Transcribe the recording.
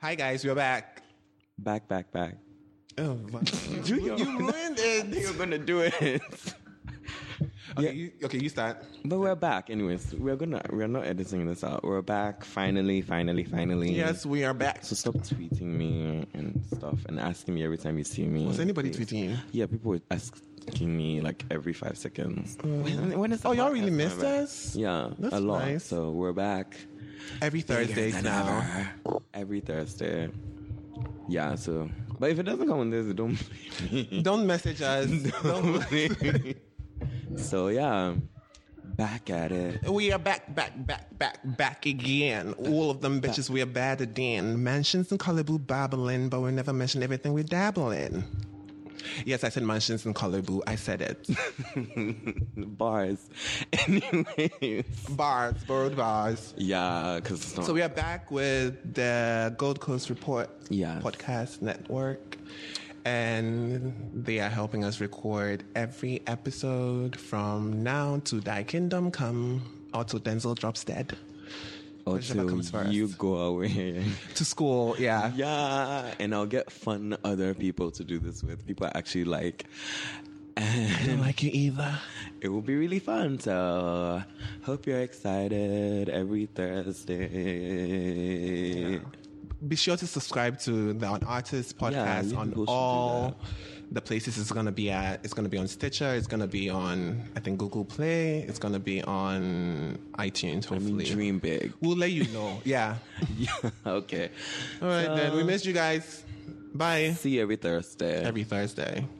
Hi guys, we're back. Back, back, back. Oh, my. Do your- you ruined it. You're gonna do it. Okay, you, okay, you start. but we're back, anyways. We're gonna. We're not editing this out. We're back. Finally, finally, finally. Yes, we are back. So stop tweeting me and stuff, and asking me every time you see me. Was anybody Please. tweeting you? Yeah, people were asking me like every five seconds. When, when is the Oh, y'all really podcast missed coming back? us? Yeah, That's a lot. nice. So we're back Every Thursday Bigger than now. ever. Every Thursday. Yeah. So, but if it doesn't come on Thursday, don't blame me. Don't message us. Don't- so yeah, back at it. We are back, back, back, back, back again. All of them bitches, we are bad again. Mansions in Kalibu babbling, but we never mention everything we dabble in. Yes, I said mansions in Kalibu. I said it. Bars. Anyways. bars, borrowed bars. Yeah, because it's not. So we are back with the Gold Coast Report Yes. podcast network. And they are helping us record every episode from now to Thy Kingdom Come or till Denzel drops dead. or whichever two, comes first. you go away. To school, yeah. yeah, and I'll get fun other people to do this with. People I actually like. I don't like you either. It will be really fun. So hope you're excited every Thursday. Be sure to subscribe to the On Artists podcast you on people should do all the places it's going to be at. It's going to be on Stitcher. It's going to be on, I think, Google Play. It's going to be on iTunes, I mean, hopefully. dream big. We'll let you know. Yeah. yeah, okay. All right, then. We missed you guys. Bye. See you every Thursday. Every Thursday.